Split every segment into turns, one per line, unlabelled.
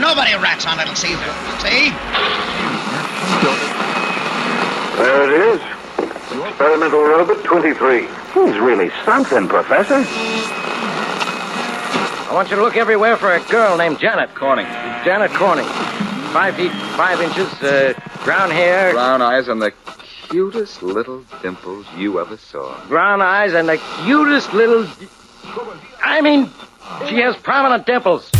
Nobody rats on Little Caesar. See?
There it is. Experimental robot 23.
He's really something, Professor.
I want you to look everywhere for a girl named Janet Corning. Janet Corning. Five feet, five inches, uh, brown hair,
Brown eyes and the cutest little dimples you ever saw.
brown eyes, and the cutest little. I mean, she has prominent dimples.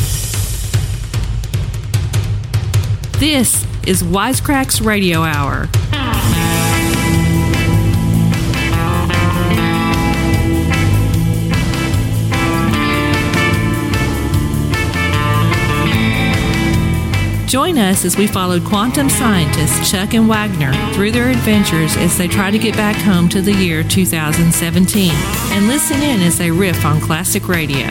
This is Wisecracks Radio Hour. Join us as we follow quantum scientists Chuck and Wagner through their adventures as they try to get back home to the year 2017 and listen in as they riff on classic radio.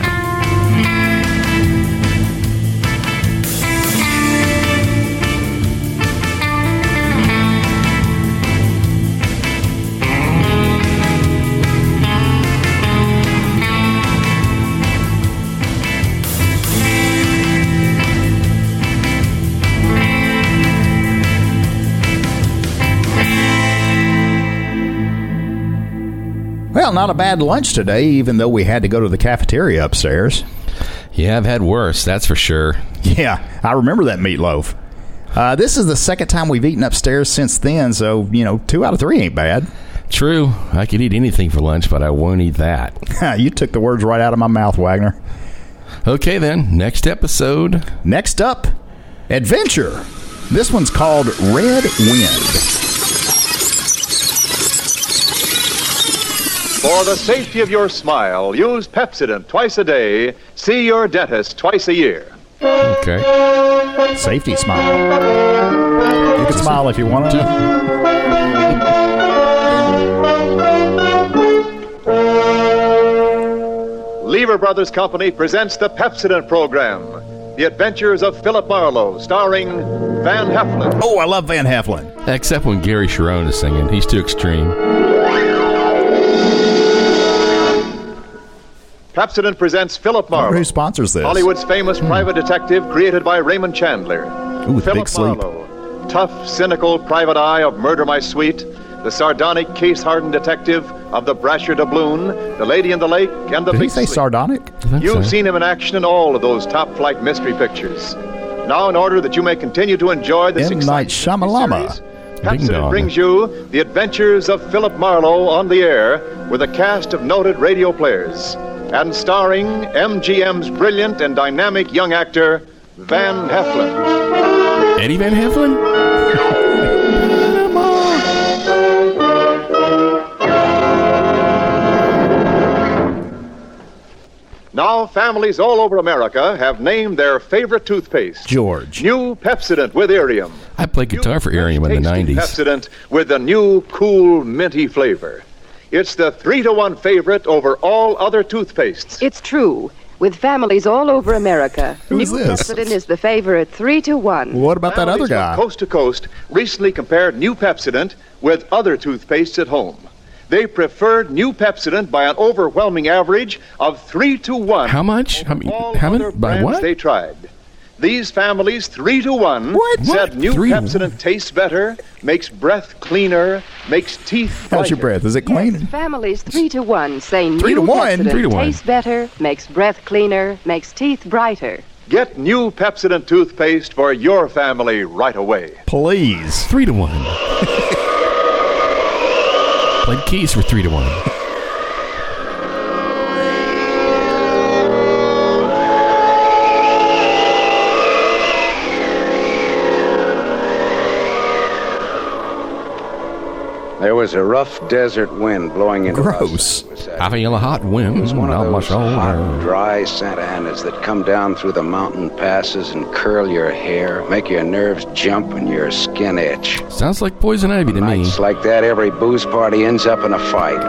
Well, not a bad lunch today, even though we had to go to the cafeteria upstairs.
Yeah, I've had worse, that's for sure.
Yeah, I remember that meatloaf. Uh, this is the second time we've eaten upstairs since then, so, you know, two out of three ain't bad.
True, I could eat anything for lunch, but I won't eat that.
you took the words right out of my mouth, Wagner.
Okay, then, next episode.
Next up, adventure. This one's called Red Wind.
For the safety of your smile, use Pepsodent twice a day. See your dentist twice a year.
Okay.
Safety smile. You can smile if you want to.
Lever Brothers Company presents the Pepsodent program The Adventures of Philip Marlowe, starring Van Heflin.
Oh, I love Van Heflin.
Except when Gary Sharon is singing, he's too extreme.
Pepsodent presents Philip
I wonder
Marlowe,
who sponsors this?
Hollywood's famous private detective created by Raymond Chandler.
Ooh,
Philip
big sleep.
Marlowe, tough, cynical private eye of Murder My Sweet, the sardonic, case hardened detective of The Brasher Doubloon, The Lady in the Lake, and The
Did he
Big
say
Sleep.
sardonic?
I think
You've
so.
seen him in action in all of those top flight mystery pictures. Now, in order that you may continue to enjoy this
M. Night
exciting
Shyamalama.
series,
Ding
Pepsi
dong.
brings you the adventures of Philip Marlowe on the air with a cast of noted radio players and starring MGM's brilliant and dynamic young actor, Van Heflin.
Eddie Van Heflin?
Now, families all over America have named their favorite toothpaste.
George.
New Pepsodent with Irium.
I played guitar for Arium in the
Tasty
90s.
Pepsodent with the new cool minty flavor. It's the three to one favorite over all other toothpastes.
It's true. With families all over America,
Who is
New
this?
Pepsodent is the favorite three to one.
What about that other
Families from
guy?
Coast to coast recently compared new Pepsodent with other toothpastes at home. They preferred new Pepsodent by an overwhelming average of three to one.
How much? How, many-
All
how
other
many? By
brands
what?
they tried. These families, three to one,
What?
said
What?
new
Three to one.
Pepsodent tastes better, makes breath cleaner, makes teeth.
How's your
whiter.
breath? Is it
Yes,
clean?
families three to one say
Three
new
to one?
Pepsodent
Three to one.
tastes better, makes breath cleaner, makes teeth brighter.
Get new Pepsodent toothpaste for your family right away.
Please.
Three to one. Played keys for three to one.
There was a rough desert wind blowing into Us.
Gross.
It was, uh,
I feel a hot wind
It was one
on
of
my
those hot,
shoulder.
dry Santa Anas that come down through the mountain passes and curl your hair, make your nerves jump and your skin itch.
Sounds like poison ivy to me.
Nights like that, every booze party ends up in a fight.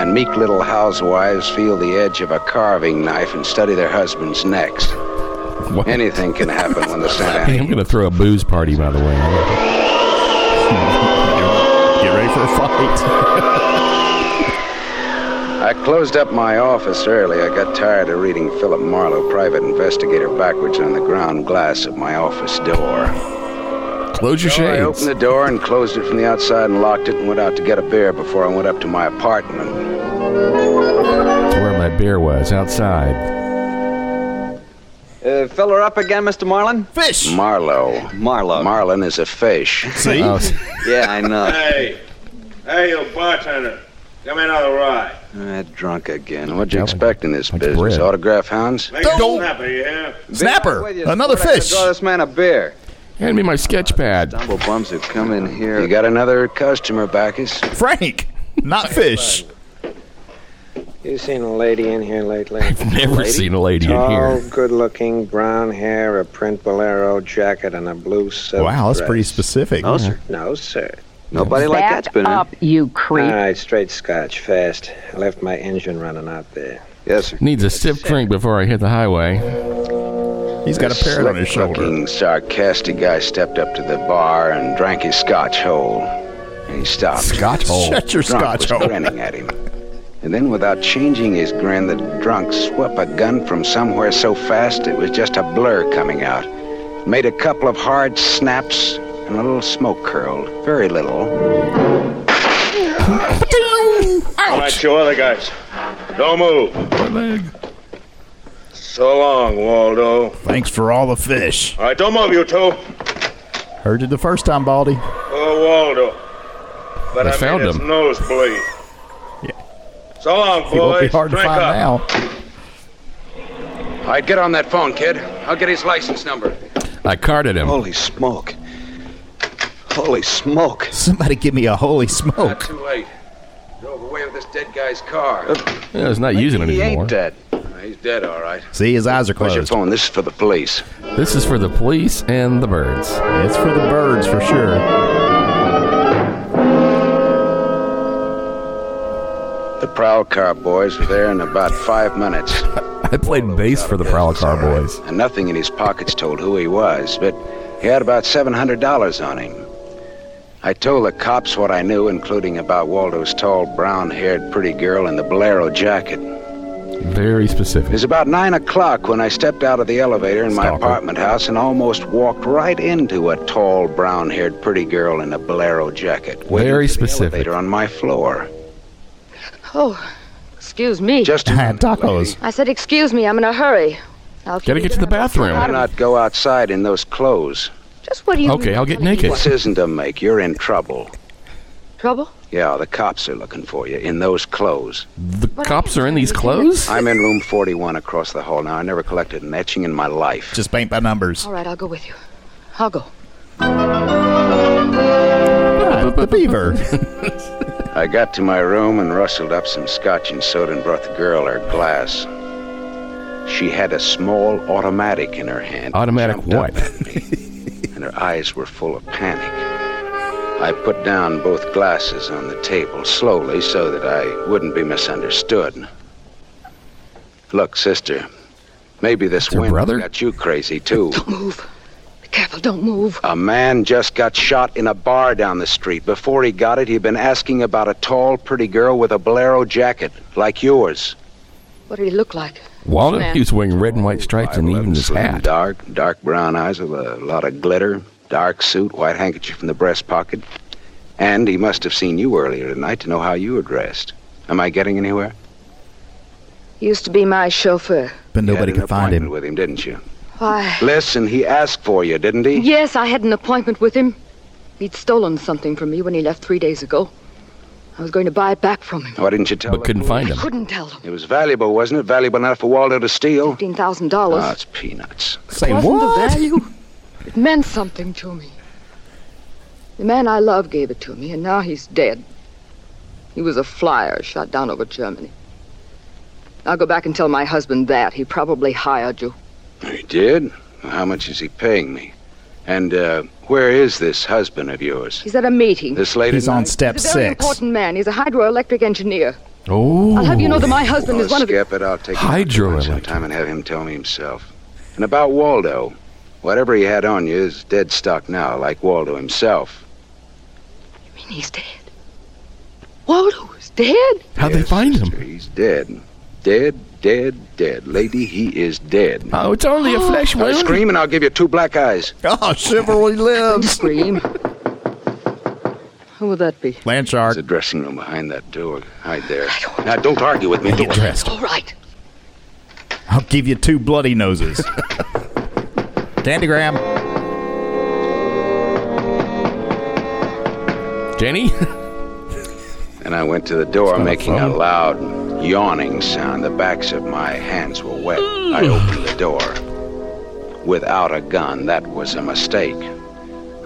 And meek little housewives feel the edge of a carving knife and study their husbands' necks.
What?
Anything can happen when the Santa
Hey, I'm
Ana.
going to throw a booze party, by the way.
Get ready for a fight.
I closed up my office early. I got tired of reading Philip Marlowe, private investigator, backwards on the ground glass of my office door.
Close your
I
shades.
opened the door and closed it from the outside and locked it and went out to get a beer before I went up to my apartment.
Where my beer was outside.
Uh, fill her up again, Mr. Marlin?
Fish!
Marlowe.
Marlowe.
Marlin is a fish.
See?
Oh,
yeah, I know.
Hey, hey, you bartender. Give me another rye.
That drunk again. What'd you expect in this business?
bread.
Autograph hounds?
Make it snapper, you hear?
Snapper!
Wait, you-
Another
what, I gotta
fish!
Draw this man a beer.
hand me my sketch pad.
Double bums who come in here.
You got another customer, Bacchus?
Frank! Not fish.
You seen a lady in here lately?
Never seen a lady
Oh.
in
Tall,
here.
good looking, brown hair, a print bolero jacket, and a blue silk.
Wow, that's
dress.
pretty specific.
No, sir.
No, sir.
Nobody like that's been in.
up, you creep.
All right, straight scotch, fast. I left my engine running out there.
Yes, sir.
Needs a stiff drink before I hit the highway.
He's got a parrot on his shoulder.
Slick-looking, sarcastic guy stepped up to the bar and drank his scotch whole. And he stopped.
Scotch hole.
Shut your
drunk was
scotch hole.
grinning at him. And then, without changing his grin, the drunk swept a gun from somewhere so fast it was just a blur coming out. Made a couple of hard snaps, and a little smoke curled. Very little.
All right, you other guys. Don't move. So long, Waldo. All
Thanks for all the fish.
right, don't move, you two.
Heard you the first time, Baldy.
Oh, Waldo. But
I
I, mean,
found
it's
him.
nosebleed. So long, boys.
It won't be hard to
Drink
find
up.
now.
All right, get on that phone, kid. I'll get his license number.
I carded
Oh.
him.
Holy smoke. Holy smoke.
Somebody give me a holy
Not
smoke.
too late. Drove away with this dead guy's car.
Yeah, he's not using it
he
anymore.
ain't dead. He's dead, all right.
See, his eyes are
Where's your
closed.
phone? This is for the police.
This is for the police and the birds.
It's for the birds for sure.
The prowl car boys were there in about five minutes.
I played bass for the Prowl Car Boys.
and nothing in his pockets told who he was, but he had about $700 on him. I told the cops what I knew, including about Waldo's tall, brown haired, pretty girl in the bolero jacket.
Very
It
specific.
was about 9 o'clock when I stepped out of the elevator in my
Stalker.
apartment house and almost walked right into a tall, brown haired, pretty girl in a bolero jacket. waiting
Very
for the
specific.
Elevator on my floor.
Oh, excuse me.
Just
I had tacos.
I said, excuse me, I'm in a hurry. I'll
Gotta get to the
Why
bathroom.
not go outside in those clothes?
Just what do you
Okay, I'll get naked.
This isn't a make. You're in trouble.
Trouble?
Yeah, the cops are looking for you in those clothes.
The cops are in these clothes?
I'm in room 41 across the hall now. I never collected an etching in my life.
Just paint by numbers.
All right, I'll go with you. I'll go.
Ah, the beaver.
I got to my room and rustled up some scotch and soda and brought the girl her glass. She had a small automatic in her hand.
Automatic
Jumped up
what?
at me, and her eyes were full of panic. I put down both glasses on the table slowly so that I wouldn't be misunderstood. Look, sister, maybe this
Your
wind
brother?
got you crazy too.
Move. Be careful, don't move.
A man just got shot in a bar down the street. Before he got it, he'd been asking about a tall, pretty girl with a bolero jacket, like yours.
What did he look like?
Walnut,
Man.
he was wearing red and white stripes and even his
Slim,
hat.
Dark, dark brown eyes with a lot of glitter, dark suit, white handkerchief in the breast pocket. And he must have seen you earlier tonight to know how you were dressed. Am I getting anywhere?
He used to be my chauffeur.
But nobody
you had an
could find
appointment
him.
with him, didn't you?
Why?
Listen, he asked for you, didn't he?
Yes, I had an appointment with him. He'd stolen something from me when he left three days ago. I was going to buy it back from him.
Why didn't you tell
But
the
couldn't
police?
find him.
Couldn't tell them.
It was valuable, wasn't it? Valuable enough for Waldo to steal?
Fifteen thousand dollars.
Ah, it's peanuts.
Say
wasn't the
what?
value. It meant something to me. The man I love gave it to me, and now he's dead. He was a flyer shot down over Germany. I'll go back and tell my husband that. He probably hired you.
He did? How much is he paying me? And uh, where is this husband of yours?
He's at a meeting.
This lady?
He's on step
He's a very
six.
important man. He's a hydroelectric engineer.
Oh.
I'll have you know that my husband is one of the.
skip it. I'll take him out to lunch
Hydroelectric.
sometime and have him tell me himself. And about Waldo, whatever he had on you is dead stock now, like Waldo himself.
I mean, he's dead. Waldo is Dead?
How'd they find him?
He's dead. Dead, dead, dead. Lady, he is dead.
Oh, it's only a flesh
Now
wound.
Scream and I'll give you two black eyes.
Oh, chivalry lives.
Scream. Who would that be?
Landshark.
There's a dressing room behind that door. Hide there. Now, don't argue with me.
Now get
Dora.
dressed.
All right.
I'll give you two bloody noses. Dandygram.
Jenny?
And I went to the door,
a
making a
phone.
loud yawning sound. The backs of my hands were wet. I opened the door. Without a gun, that was a mistake.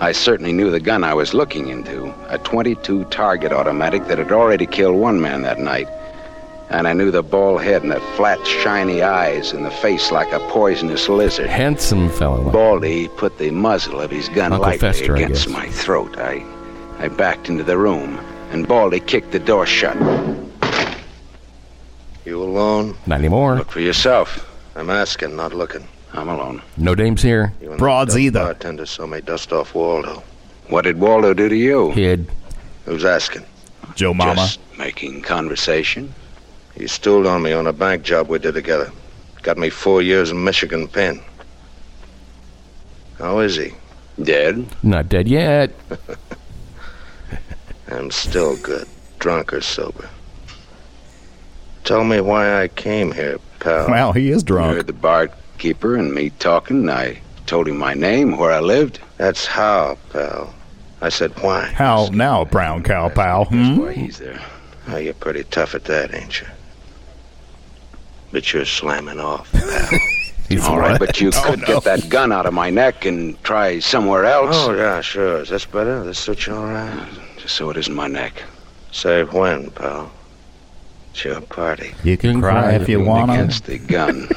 I certainly knew the gun I was looking into a 22 target automatic that had already killed one man that night. And I knew the bald head and the flat, shiny eyes and the face like a poisonous lizard.
Handsome fellow.
Baldy put the muzzle of his gun
Uncle
lightly
Fester, I
against
guess.
my throat. I, I backed into the room, and Baldy kicked the door shut.
You alone?
Not anymore.
Look for yourself.
I'm asking, not looking.
I'm alone.
No dames here.
You and
Broads
that
either.
Bartender saw me dust off Waldo.
What did Waldo do to you?
Kid.
Who's asking?
Joe Mama.
Just making conversation.
He stooled on me on a bank job we did together. Got me four years in Michigan pen. How is he?
Dead?
Not dead yet.
I'm still good, drunk or sober. Tell me why I came here, pal.
Wow, he is
You
drunk.
heard the barkeeper and me talking. I told him my name, where I lived.
That's how, pal. I said, why?
How now, brown cow pal? Hmm?
Why he's there.
Oh, you're pretty tough at that, ain't you? But you're slamming off.
He's
All right, but
Oh,
you could get that gun out of my neck and try somewhere else.
Oh, yeah, sure. Is this better? This suit you all right?
Just so it isn't my neck.
Say when, pal? It's your party.
You can cry if you
Leaned
wanna.
Against the gun.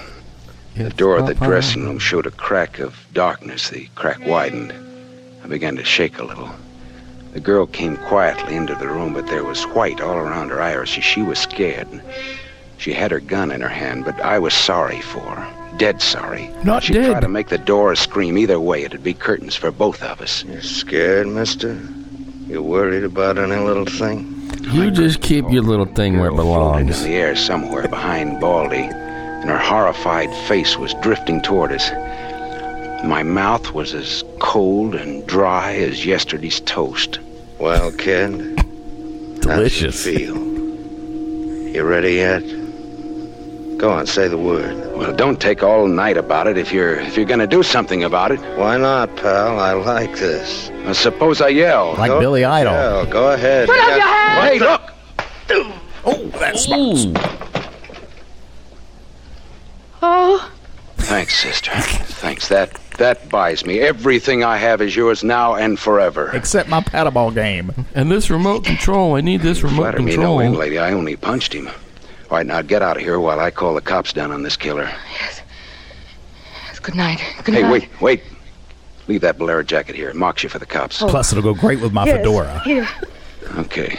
The door of the dressing room showed a crack of darkness. The crack widened. I began to shake a little. The girl came quietly into the room, but there was white all around her iris. She, she was scared. She had her gun in her hand, but I was sorry for her. Dead sorry.
Not
she
dead.
tried to make the door scream. Either way, it'd be curtains for both of us.
You scared, mister? You worried about any little thing?
You just keep your little thing where it
floated in
belongs.
the air somewhere behind Baldy, and her horrified face was drifting toward us. My mouth was as cold and dry as yesterday's toast.
Well, kid,
Delicious.
how's it feel? You ready yet? Go on, say the word.
Well, don't take all night about it if you're if you're gonna do something about it.
Why not, pal? I like this.
Uh, suppose I yell.
Like Billy Idol.
Hell, go ahead.
Put
You
up
got-
your hand!
hey, look!
Oh, that's
Ooh.
Oh,
Thanks, sister. Thanks. That that buys me. Everything I have is yours now and forever.
Except my paddleball game.
And this remote control. I need this remote
Flatter me no end,
control.
lady. I only punched him. All right, now get out of here while I call the cops down on this killer.
yes, good night. Good
Hey,
night.
wait, wait. Leave that bolero jacket here. It mocks you for the cops.
Plus, it'll go great with my
Oh. Yes,
fedora.
Here.
Okay.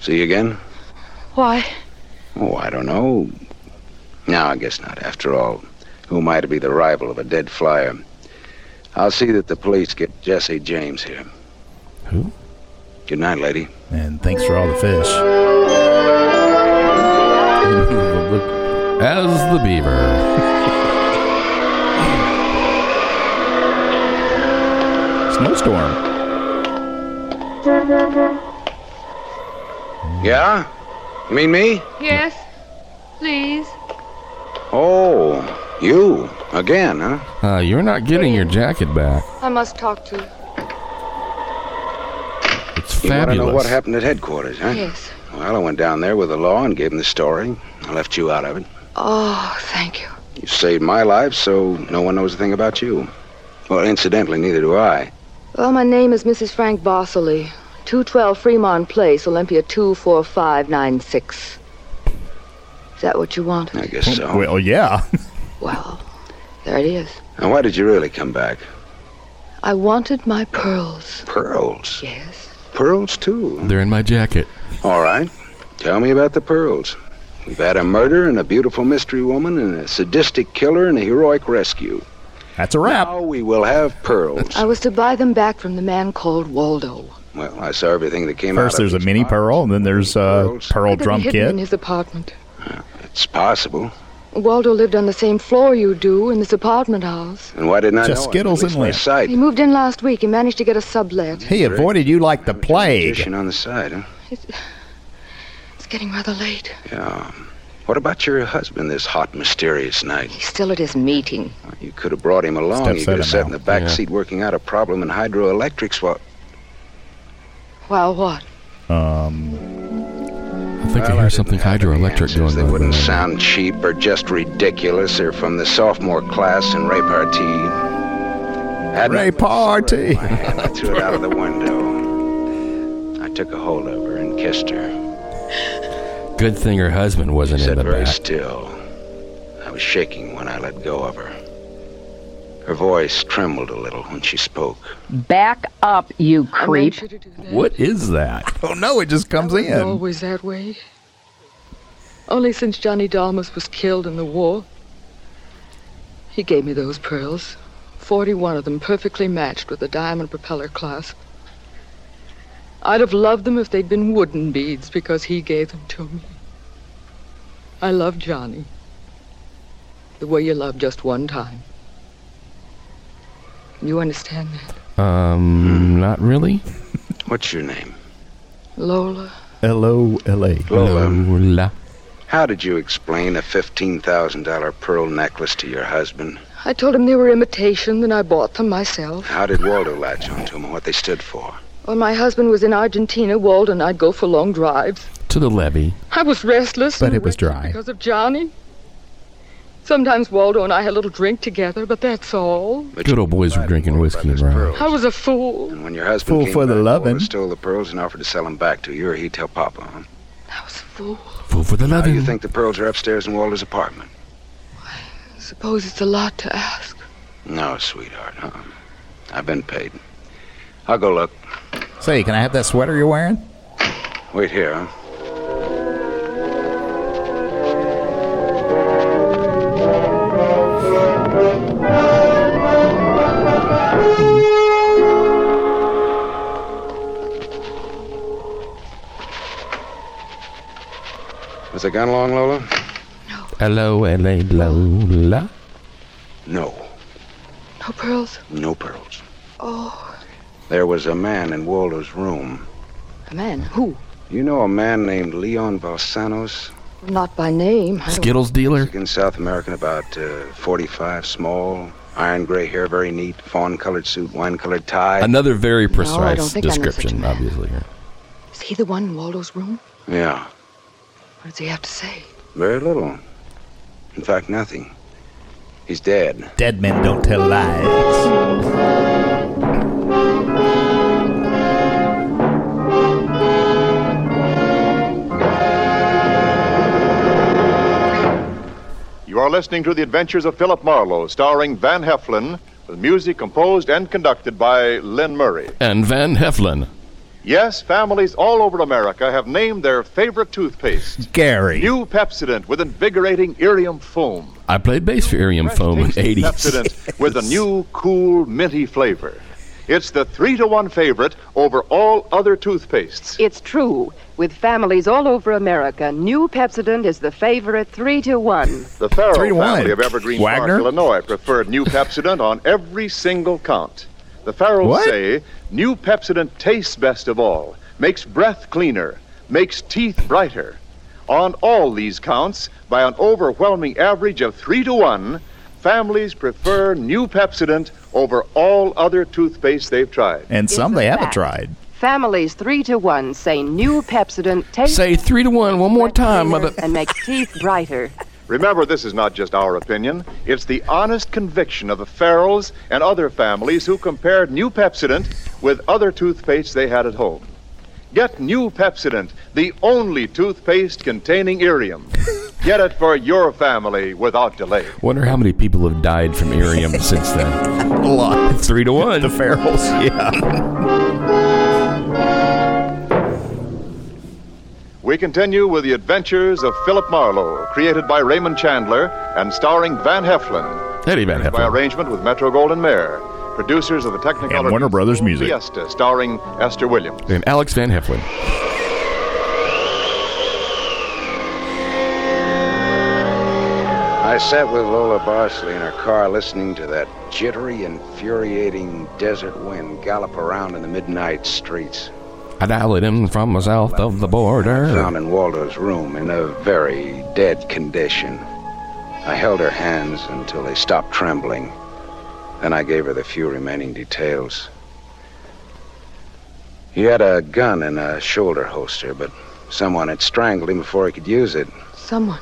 See you again?
Why?
Oh, I don't know. No, I guess not. After all, who am I to be the rival of a dead flyer? I'll see that the police get Jesse James here.
Who?
Good night, lady.
And thanks for all the fish.
As the beaver.
Snowstorm.
Yeah? You mean me?
Yes, please.
Oh, you. Again, huh?
Uh, you're not getting your jacket back.
I must talk to.
It's
You want to
fabulous.
know what happened at headquarters, huh?
Yes.
Well, I went down there with the law and gave them the story. I left you out of it.
Oh, thank you.
You saved my life, so no one knows a thing about you. Well, incidentally, neither do I.
Well, my name is Mrs. Frank Bossily. 212 Fremont Place, Olympia 24596. Is that what you wanted?
I guess so.
Well, yeah.
Well, there it is.
And why did you really come back?
I wanted my pearls.
Pearls.
Yes.
Pearls, too.
They're in my jacket.
All right. Tell me about the pearls. We've had a murder and a beautiful mystery woman and a sadistic killer and a heroic rescue.
That's a wrap.
Now we will have pearls.
I was to buy them back from the man called Waldo.
Well, I saw everything that came
First,
out. of
there's a mini pearl, and then there's a pearl
They'd been
drum
hidden in
kit.
his apartment.
It's possible.
Waldo lived on the same floor you do in this apartment house.
And why didn't I
Just
know it?
Skittles
At least
and
my
lint.
sight.
He moved in last week. He managed to get a sublet.
He avoided you like the plague.
on the side, huh?
It's getting rather late.
Yeah. What about your husband this hot, mysterious night?
He's still at his meeting.
You could have brought him along.
Steps
you could
out
have
of
sat
now.
in the back
Yeah.
seat working out a problem in hydroelectrics while.
Well, what?
Um,
I think I hear something hydroelectric going on.
Wouldn't sound cheap or just ridiculous or from the sophomore class in repartee. Had my-
repartee.
and I threw it out of the window. I took a hold of her and kissed her.
Good thing her husband wasn't in the
Very
back.
still. I was shaking when I let go of her. Her voice trembled a little when she spoke.
Back up, you creep.
What is that? I don't know. Oh, It just comes
It's
in.
always that way. Only since Johnny Dalmas was killed in the war, he gave me those pearls. Forty-one of them perfectly matched with the diamond propeller clasp. I'd have loved them if they'd been wooden beads because he gave them to me. I love Johnny. The way you love just one time. You understand that?
Hmm.
Um, not really.
What's your name?
Lola,
L O L A.
Lola.
Lola.
How did you explain a $15,000 pearl necklace to your husband?
I told him they were imitation, and I bought them myself.
How did Waldo latch onto them and what they stood for?
When my husband was in Argentina, Wald and I'd go for long drives.
To the levee.
I was restless.
But
and
it was
wretched
dry.
Because of Johnny. Sometimes Waldo and I had a little drink together, but that's all.
Good old boys were drinking whiskey and rye.
I was a fool.
When your husband
Fool
came
for the
back, Waldo
lovin'.
stole the pearls and offered to sell them back to you, or he'd tell Papa. Huh?
Fool.
Fool for the
How do you
loving.
think the pearls are upstairs in Waldo's apartment?
Suppose it's a lot to ask.
No, sweetheart. Uh-uh. I've been paid. I'll go look.
Say, can I have that sweater you're wearing?
Wait here, huh? Was the gun along, Lola?
Hello, L.A. Lola.
No,
No pearls?
no pearls.
Oh,
There was a man in Waldo's room.
a man. Who?
You know a man named Leon Balsanos?
Not by name. I don't-
Skittles dealer?
Mexican, South American, about uh, 45, small, iron gray hair, very neat, fawn colored suit, wine colored tie.
Another very
I
precise
don't think I know such a
description, obviously. here.
Is he the one in Waldo's room?
Yeah,
What does he have to say?
very little. In fact, nothing. He's dead.
Dead men don't tell lies.
You are listening to The Adventures of Philip Marlowe, starring Van Heflin, with music composed and conducted by Lynn Murray.
And Van Heflin.
Yes, families all over America have named their favorite toothpaste.
Gary.
New Pepsodent with invigorating irium foam.
I played bass for Irium Foam in the 80s.
Pepsodent with a new cool minty flavor. It's the three to one favorite over all other toothpastes.
It's true. With families all over America, new Pepsodent is the favorite three to one.
The Farrell
Three to one.
family of Evergreen
Wagner?
Park, Illinois, preferred New Pepsodent on every single count. The Farrells
What?
say New Pepsodent tastes best of all, makes breath cleaner, makes teeth brighter. On all these counts, by an overwhelming average of three to one, families prefer New Pepsodent over all other toothpaste they've tried.
And some they haven't
fact.
tried.
Families three to one say new Pepsodent tastes
Say three to one one more time, mother.
and makes teeth brighter.
Remember, this is not just our opinion. It's the honest conviction of the Farrells and other families who compared New Pepsodent with other toothpastes they had at home. Get New Pepsodent, the only toothpaste containing irium. Get it for your family without delay.
Wonder how many people have died from Irium since then. A lot. Three to one. The
Farrells, yeah.
We continue with the adventures of Philip Marlowe, created by Raymond Chandler and starring Van Heflin,
Eddie Van
by
Heflin.
arrangement with Metro Golden Mayer, producers of the Technicolor
And Warner Brothers Music.
Fiesta, starring Esther Williams.
And Alex Van Heflin.
I sat with Lola Barsley in her car listening to that jittery, infuriating desert wind gallop around in the midnight streets.
I dialed in from the south of the
Found
border.
in Waldo's room in a very dead condition. I held her hands until they stopped trembling. Then I gave her the few remaining details. He had a gun in a shoulder holster, but someone had strangled him before he could use it.
Someone.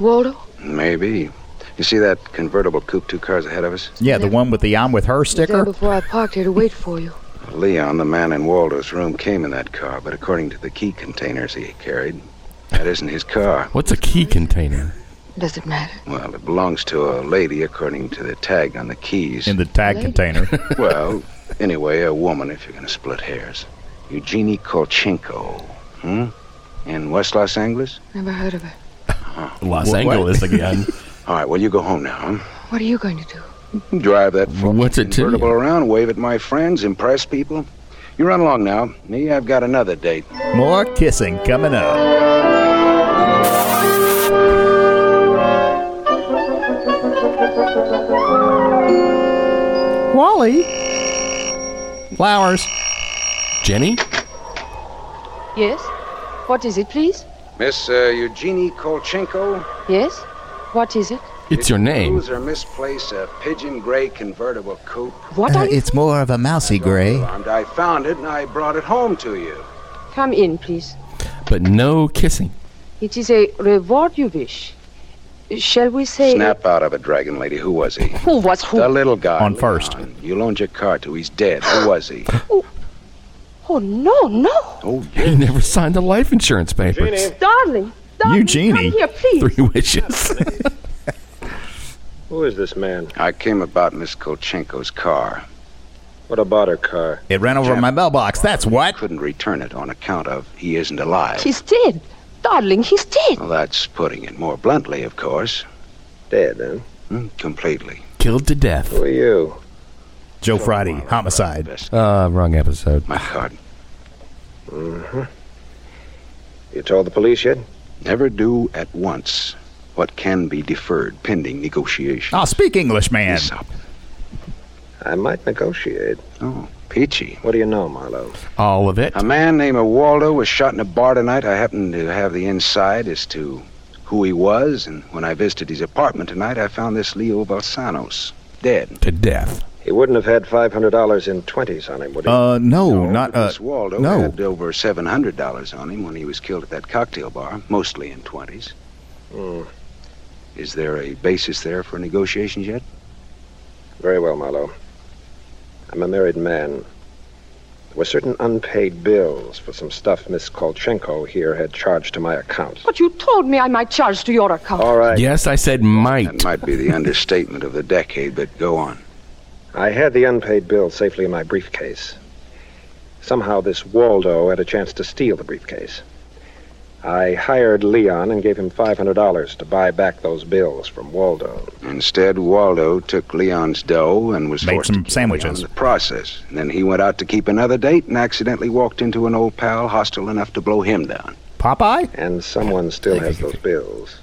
Waldo?
Maybe. You see that convertible coupe two cars ahead of us?
Yeah, the one with the I'm with her
Down
sticker.
before I parked here to wait for you.
Leon, the man in Waldo's room, came in that car, but according to the key containers he carried, that isn't his car.
What's a key container?
Does it matter?
Well, it belongs to a lady according to the tag on the keys.
In the tag
Lady?
container.
well, anyway, a woman if you're going to split hairs. Eugenie Kolchenko. Hmm? In West Los Angeles?
Never heard of her.
Los Angeles again.
All right, well, you go home now, huh?
What are you going to do?
Drive that
What's it to
convertible around, wave at my friends, impress people. You run along now. Me, I've got another date.
More kissing coming up. Wally. Flowers.
Jenny?
Yes? What is it, please?
Miss uh, Eugenie Kolchenko?
Yes? What is it?
It's your name.
Loser misplaced a pigeon gray convertible coupe.
Uh,
Uh, it's more of a mousy gray.
Armed, I found it and I brought it home to you.
Come in, please.
But no kissing.
It is a reward you wish. Shall we say.
Snap out of it, Dragon Lady. Who was he?
Who was who?
The little guy. On first. You loaned your car to. He's dead. Who was he?
Oh, no, no.
Oh,
He never signed the life insurance papers.
Darling. darling
Eugenie.
Come here, please.
Three wishes.
Who is this man?
I came about Miss Kolchenko's car.
What about her car?
It ran over my mailbox. That's what.
Couldn't return it on account of he isn't alive.
He's dead. Darling, he's dead.
Well, that's putting it more bluntly, of course.
Dead, huh?
Hmm, completely.
Killed to death.
Who are you?
Joe Friday, homicide.
Uh, wrong episode.
My card.
Mm-hmm. You told the police yet?
Never do at once what can be deferred pending negotiation.
Ah, speak English, man.
I might negotiate.
Oh, peachy.
What do you know, Marlowe?
All of it.
A man named Waldo was shot in a bar tonight. I happen to have the inside as to who he was, and when I visited his apartment tonight, I found this Leo Balsanos dead.
To death.
He wouldn't have had $500 in 20s on him, would he?
Uh, no, not uh,
This Waldo
no.
had over seven hundred dollars on him when he was killed at that cocktail bar, mostly in twenties.
Hmm.
Is there a basis there for negotiations yet?
Very well, Marlowe. I'm a married man. There were certain unpaid bills for some stuff Miss Kolchenko here had charged to my account.
But you told me I might charge to your account.
All right.
Yes, I said might.
That might be the understatement of the decade, but go on.
I had the unpaid bill safely in my briefcase. Somehow this Waldo had a chance to steal the briefcase. I hired Leon and gave him $500 to buy back those bills from Waldo.
Instead, Waldo took Leon's dough and was
Made
forced
some
to kill
sandwiches.
Leon in the process. And then he went out to keep another date and accidentally walked into an old pal hostile enough to blow him down.
Popeye?
And someone still has those bills.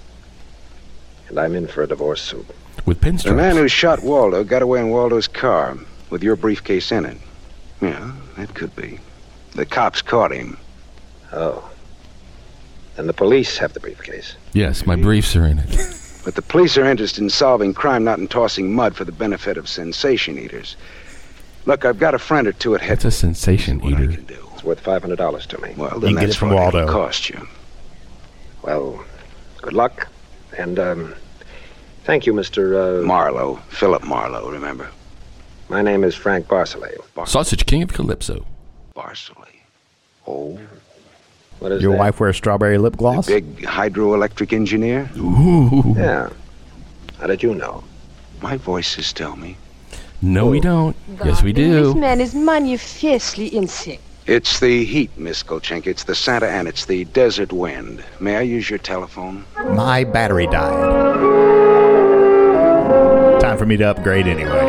And I'm in for a divorce suit.
With
The man
pinstripes.
who shot Waldo got away in Waldo's car with your briefcase in it. Yeah, that could be. The cops caught him.
Oh. And the police have the briefcase.
Yes, my briefs are in it.
But the police are interested in solving crime, not in tossing mud for the benefit of sensation eaters. Look, I've got a friend or two at
It's
head.
a sensation eater.
It's worth $500 to me.
Well,
You
then
can get
that's
it from
what it'll
Waldo.
cost you.
Well, good luck. And, um, thank you, Mr. Uh,
Marlowe, Philip Marlowe, remember?
my name is Frank Barsley.
Sausage King of Calypso.
Barsley. Oh,
What is
Your
that?
wife wears strawberry lip gloss?
big hydroelectric engineer.
Ooh.
Yeah. How did you know?
My voices tell me.
No, we don't. Yes, we
This
do.
man is manifestly insane.
It's the heat, Miss Kolchenko. It's the Santa Ana. It's the desert wind. May I use your telephone?
My battery died. time for me to upgrade anyway.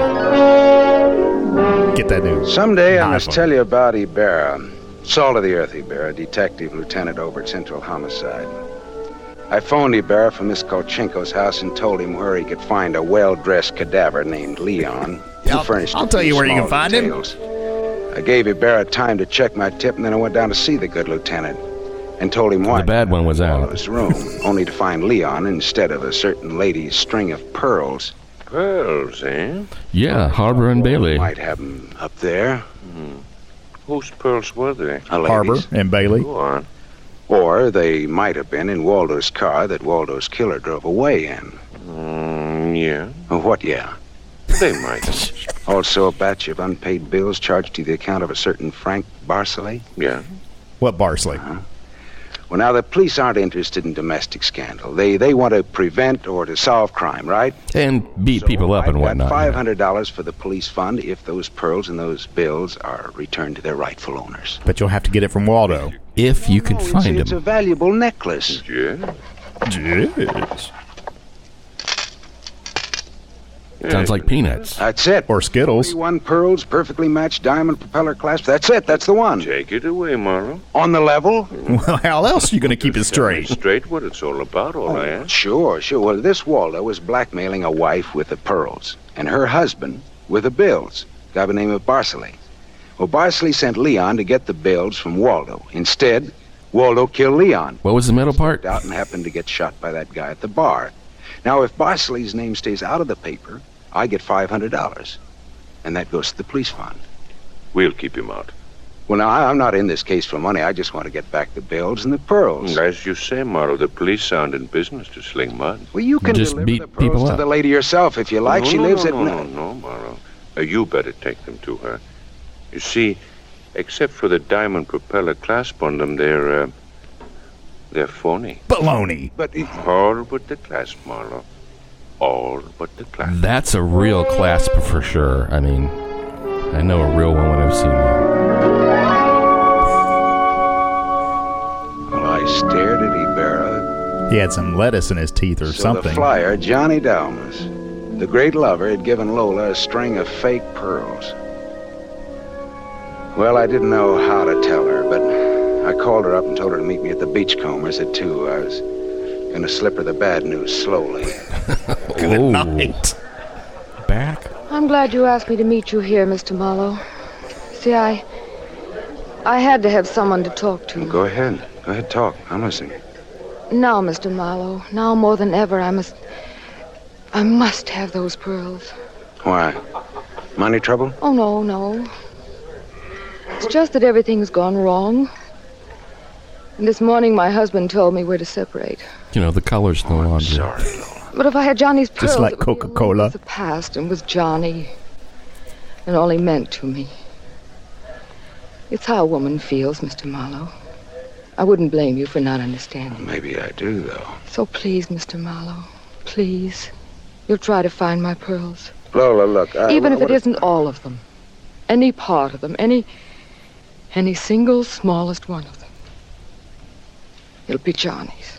Get that news.
Someday I must tell you about Ibera. Salt of the Earth Ibera, Detective Lieutenant over at Central Homicide. I phoned Ibera from Miss Kolchenko's house and told him where he could find a well dressed cadaver named Leon. Who furnished a
I'll tell
few
you where you can
small
find him.
details. I gave Ibera time to check my tip, and then I went down to see the good lieutenant and told him why.
The bad one was out.
his room, only to find Leon instead of a certain lady's string of pearls. Pearls, eh?
Yeah, Harbor and Bailey.
Might have them up there. Whose pearls were they?
Harbor and Bailey.
Go on. Or they might have been in Waldo's car that Waldo's killer drove away in. Mm, yeah. What, yeah? They might. also, a batch of unpaid bills charged to the account of a certain Frank Barsley. Yeah.
What Barsley?
Well, now the police aren't interested in domestic scandal. They they want to prevent or to solve crime, right?
And beat people up and whatnot.
Five hundred dollars for the police fund if those pearls and those bills are returned to their rightful owners.
But you'll have to get it from Waldo.
If you can
It's, it's a valuable necklace. Yeah.
Yes.
Sounds like peanuts.
That's it.
Or Skittles.
One pearls, perfectly matched diamond propeller clasp. That's it. That's the one. Take it away, Morrow. On the level.
Well, how else are you going to keep it straight?
Straight what it's all about, all I ask. Sure, sure. Well, this Waldo was blackmailing a wife with the pearls, and her husband with the bills. Guy by the name of Barsley. Well, Barsley sent Leon to get the bills from Waldo. Instead, Waldo killed Leon.
What was the metal part?
Out and happened to get shot by that guy at the bar. Now, if Barsley's name stays out of the paper, I get five hundred dollars, and that goes to the police fund.
We'll keep him out.
Well, now I- I'm not in this case for money. I just want to get back the bills and the pearls.
As you say, Morrow, the police aren't in business to sling mud.
Well, you can
Just
deliver
beat
the pearls
people
to
up.
the lady yourself if you like.
No,
she
no,
lives
no,
at
no, no, no, Morrow. Uh, you better take them to her. You see, except for the diamond propeller clasp on them, they're uh, they're phony.
Baloney.
But
all but the clasp, Marlowe. All but the clasp.
That's a real clasp for sure. I mean, I know a real one when I've seen one.
Well, I stared at Ibera.
He had some lettuce in his teeth or
So
something.
the flyer, Johnny Dalmas, the great lover, had given Lola a string of fake pearls. Well, I didn't know how to tell her, but I called her up and told her to meet me at the Beachcombers at 2. I was going to slip her the bad news slowly.
Good night. Back.
I'm glad you asked me to meet you here, Mr. Marlowe. See, I. I had to have someone to talk to.
Go ahead. Go ahead, talk. I'm listening.
Now, Mr. Marlowe, now more than ever, I must. I must have those pearls.
Why? Money trouble?
Oh, no, no. It's just that everything's gone wrong. And this morning, my husband told me we're to separate.
You know, the color's no longer. Sorry.
But if I had Johnny's pearls,
Just like
it would be
Coca Cola.
the past and with Johnny and all he meant to me. It's how a woman feels, Mr. Marlowe. I wouldn't blame you for not understanding.
Maybe I do, though.
So please, Mr. Marlowe, please, you'll try to find my pearls.
Lola, look. I,
Even if
I
it
would've-
isn't all of them, any part of them, any, any single smallest one of them. It'll be Johnny's.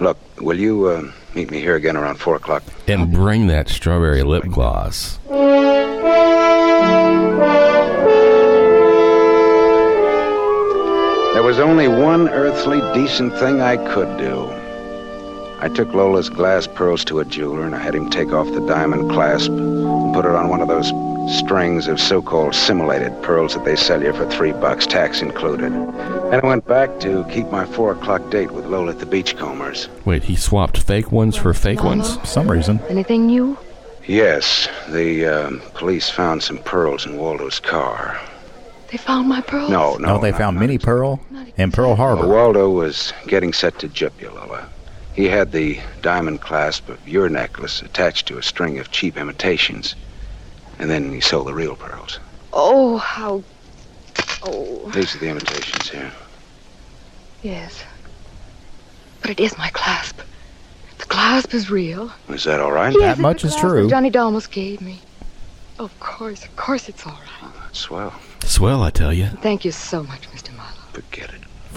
Look, will you uh, meet me here again around 4 o'clock?
And bring that strawberry lip gloss.
There was only one earthly decent thing I could do. I took Lola's glass pearls to a jeweler and I had him take off the diamond clasp and put it on one of those strings of so-called simulated pearls that they sell you for three bucks, tax included. And I went back to keep my four o'clock date with Lola at the Beachcombers.
Wait, he swapped fake ones for fake ones?
some reason.
Anything new?
Yes, the um, police found some pearls in Waldo's car.
They found my pearls?
No, no.
No, they found Minnie Pearl and Pearl Harbor.
Waldo was getting set to gyp you, Lola. He had the diamond clasp of your necklace attached to a string of cheap imitations. And then he sold the real pearls.
Oh, how. Oh,
These are the imitations here.
yes. But it is my clasp. The clasp is real.
Is that all right?
Yes, it's the clasp that Johnny Dalmas gave me. Of course, of course it's all right.
Swell.
Swell, I tell you.
Thank you so much, Mr. Marlowe.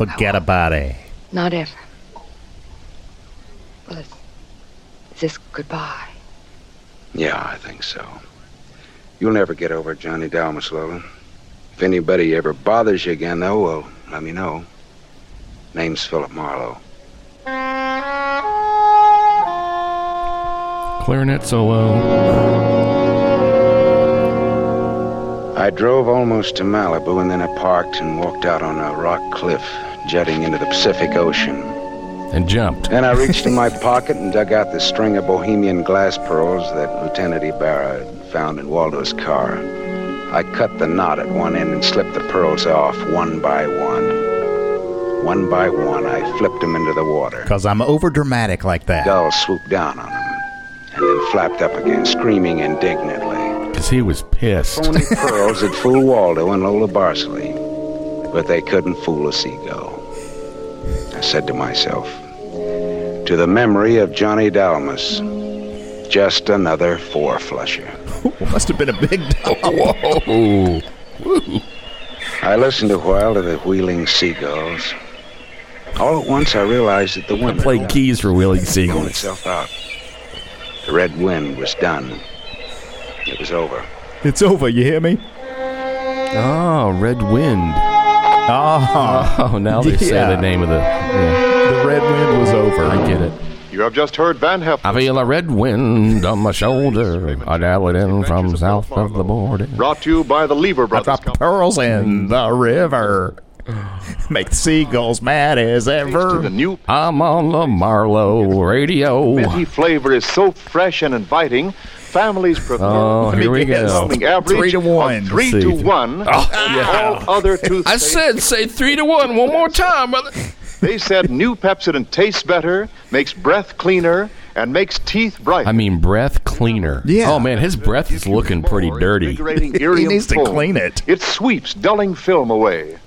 Forget about it.
Not ever. Well, it's, it's this goodbye.
Yeah, I think so. You'll never get over it, Johnny Dalmas, Lola. If anybody ever bothers you again, though, well, let me know. Name's Philip Marlowe.
Clarinet solo.
I drove almost to Malibu and then I parked and walked out on a rock cliff jutting into the Pacific Ocean.
And jumped.
Then I reached in my pocket and dug out the string of bohemian glass pearls that Lieutenant Ibarra had found in Waldo's car. I cut the knot at one end and slipped the pearls off one by one. One by one, I flipped them into the water.
Because I'm overdramatic like that.
Gulls swooped down on them and then flapped up again, screaming indignantly.
Because he was pissed.
Phony pearls had fooled Waldo and Lola Barsley, but they couldn't fool a seagull. I said to myself, to the memory of Johnny Dalmas, just another four flusher.
Must have been a big
Whoa.
I listened a while to the wheeling seagulls. All at once, I realized that the wind
Played keys for Willie
blown
Siegel.
itself out. The red wind was done. It was over.
It's over, you hear me?
Oh, Red Wind.
Oh,
Oh, now they say
Yeah.
the name of the.
The Red Wind was over.
I get it.
You have just heard Van Hefflin.
I feel a red wind on my shoulder. I dial it in from south of the border.
Brought to you by the Lever Brothers.
Pearls
Mm-hmm.
in the river. Make the seagulls mad as ever.
I'm on the Marlowe radio.
Minty flavor is so fresh and inviting. Families prefer
Oh, here we go.
Something average
Three to
of
one.
three
Let's
to
see.
one.
Oh,
and
yeah.
All other toothpaste.
I said, say three to one one more time, brother.
They said new Pepsodent tastes better, makes breath cleaner, and makes teeth brighter.
I mean, breath cleaner.
Yeah.
Oh, man, his breath is looking pretty dirty.
Invigorating Iridium foam.
it.
It sweeps dulling film away.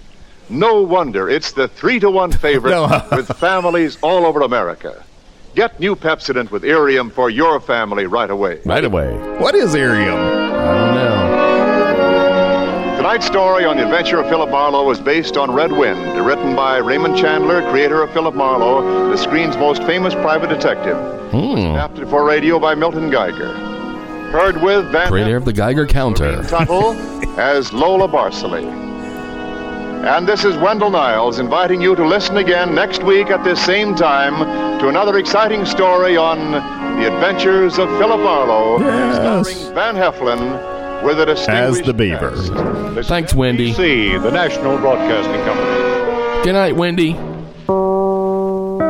No wonder it's the three to one favorite
No.
with families all over America. Get new Pepsodent with Irium for your family right away.
Right away.
What is Irium?
I don't know.
Tonight's story on the adventure of Philip Marlowe is based on Red Wind, written by Raymond Chandler, creator of Philip Marlowe, the screen's most famous private detective.
Hmm.
Adapted for radio by Milton Geiger. Heard with Van
Creator of the Geiger counter.
Tuttle as Lola Barsley. And this is Wendell Niles inviting you to listen again next week at this same time to another exciting story on the adventures of Philip Marlowe, starring Van Heflin with a distinguished
As the beaver.
Thanks, Wendy.
See the National Broadcasting Company.
Good night, Wendy.
Ooh.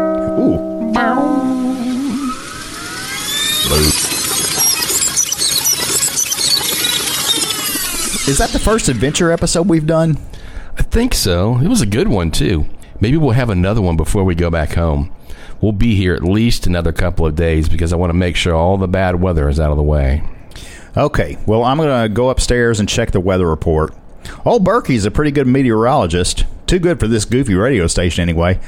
Is that the first adventure episode we've done?
I think so. It was a good one, too. Maybe we'll have another one before we go back home. We'll be here at least another couple of days because I want to make sure all the bad weather is out of the way.
Okay, well, I'm going to go upstairs and check the weather report. Old Berkey's a pretty good meteorologist. Too good for this goofy radio station, anyway.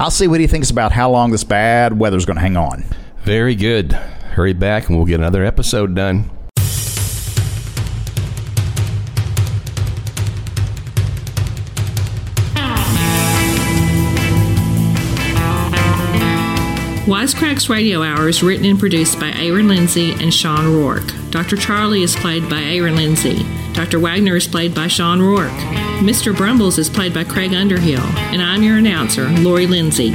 I'll see what he thinks about how long this bad weather's going to hang on.
Very good. Hurry back and we'll get another episode done.
Wisecracks Radio Hour is written and produced by Aaron Lindsay and Sean Rourke. Dr. Charlie is played by Aaron Lindsay. Dr. Wagner is played by Sean Rourke. Mr. Brumbles is played by Craig Underhill. And I'm your announcer, Lori Lindsay.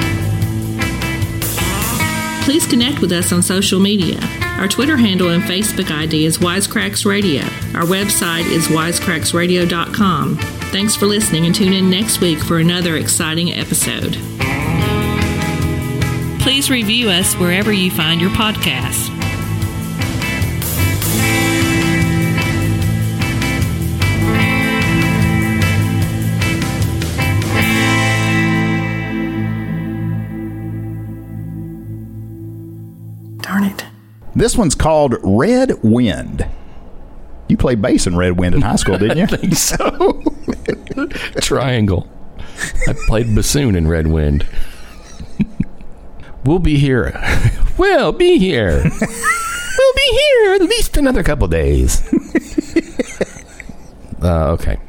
Please connect with us on social media. Our Twitter handle and Facebook ID is Wisecracks Radio. Our website is wisecracksradio.com. Thanks for listening and tune in next week for another exciting episode. Please review us wherever you find your podcasts. Darn it.
This one's called Red Wind. You played bass in Red Wind in high school, didn't you? I
think so. Triangle. I played bassoon in Red Wind. we'll be here. we'll be here. we'll be here at least another couple days. uh, okay.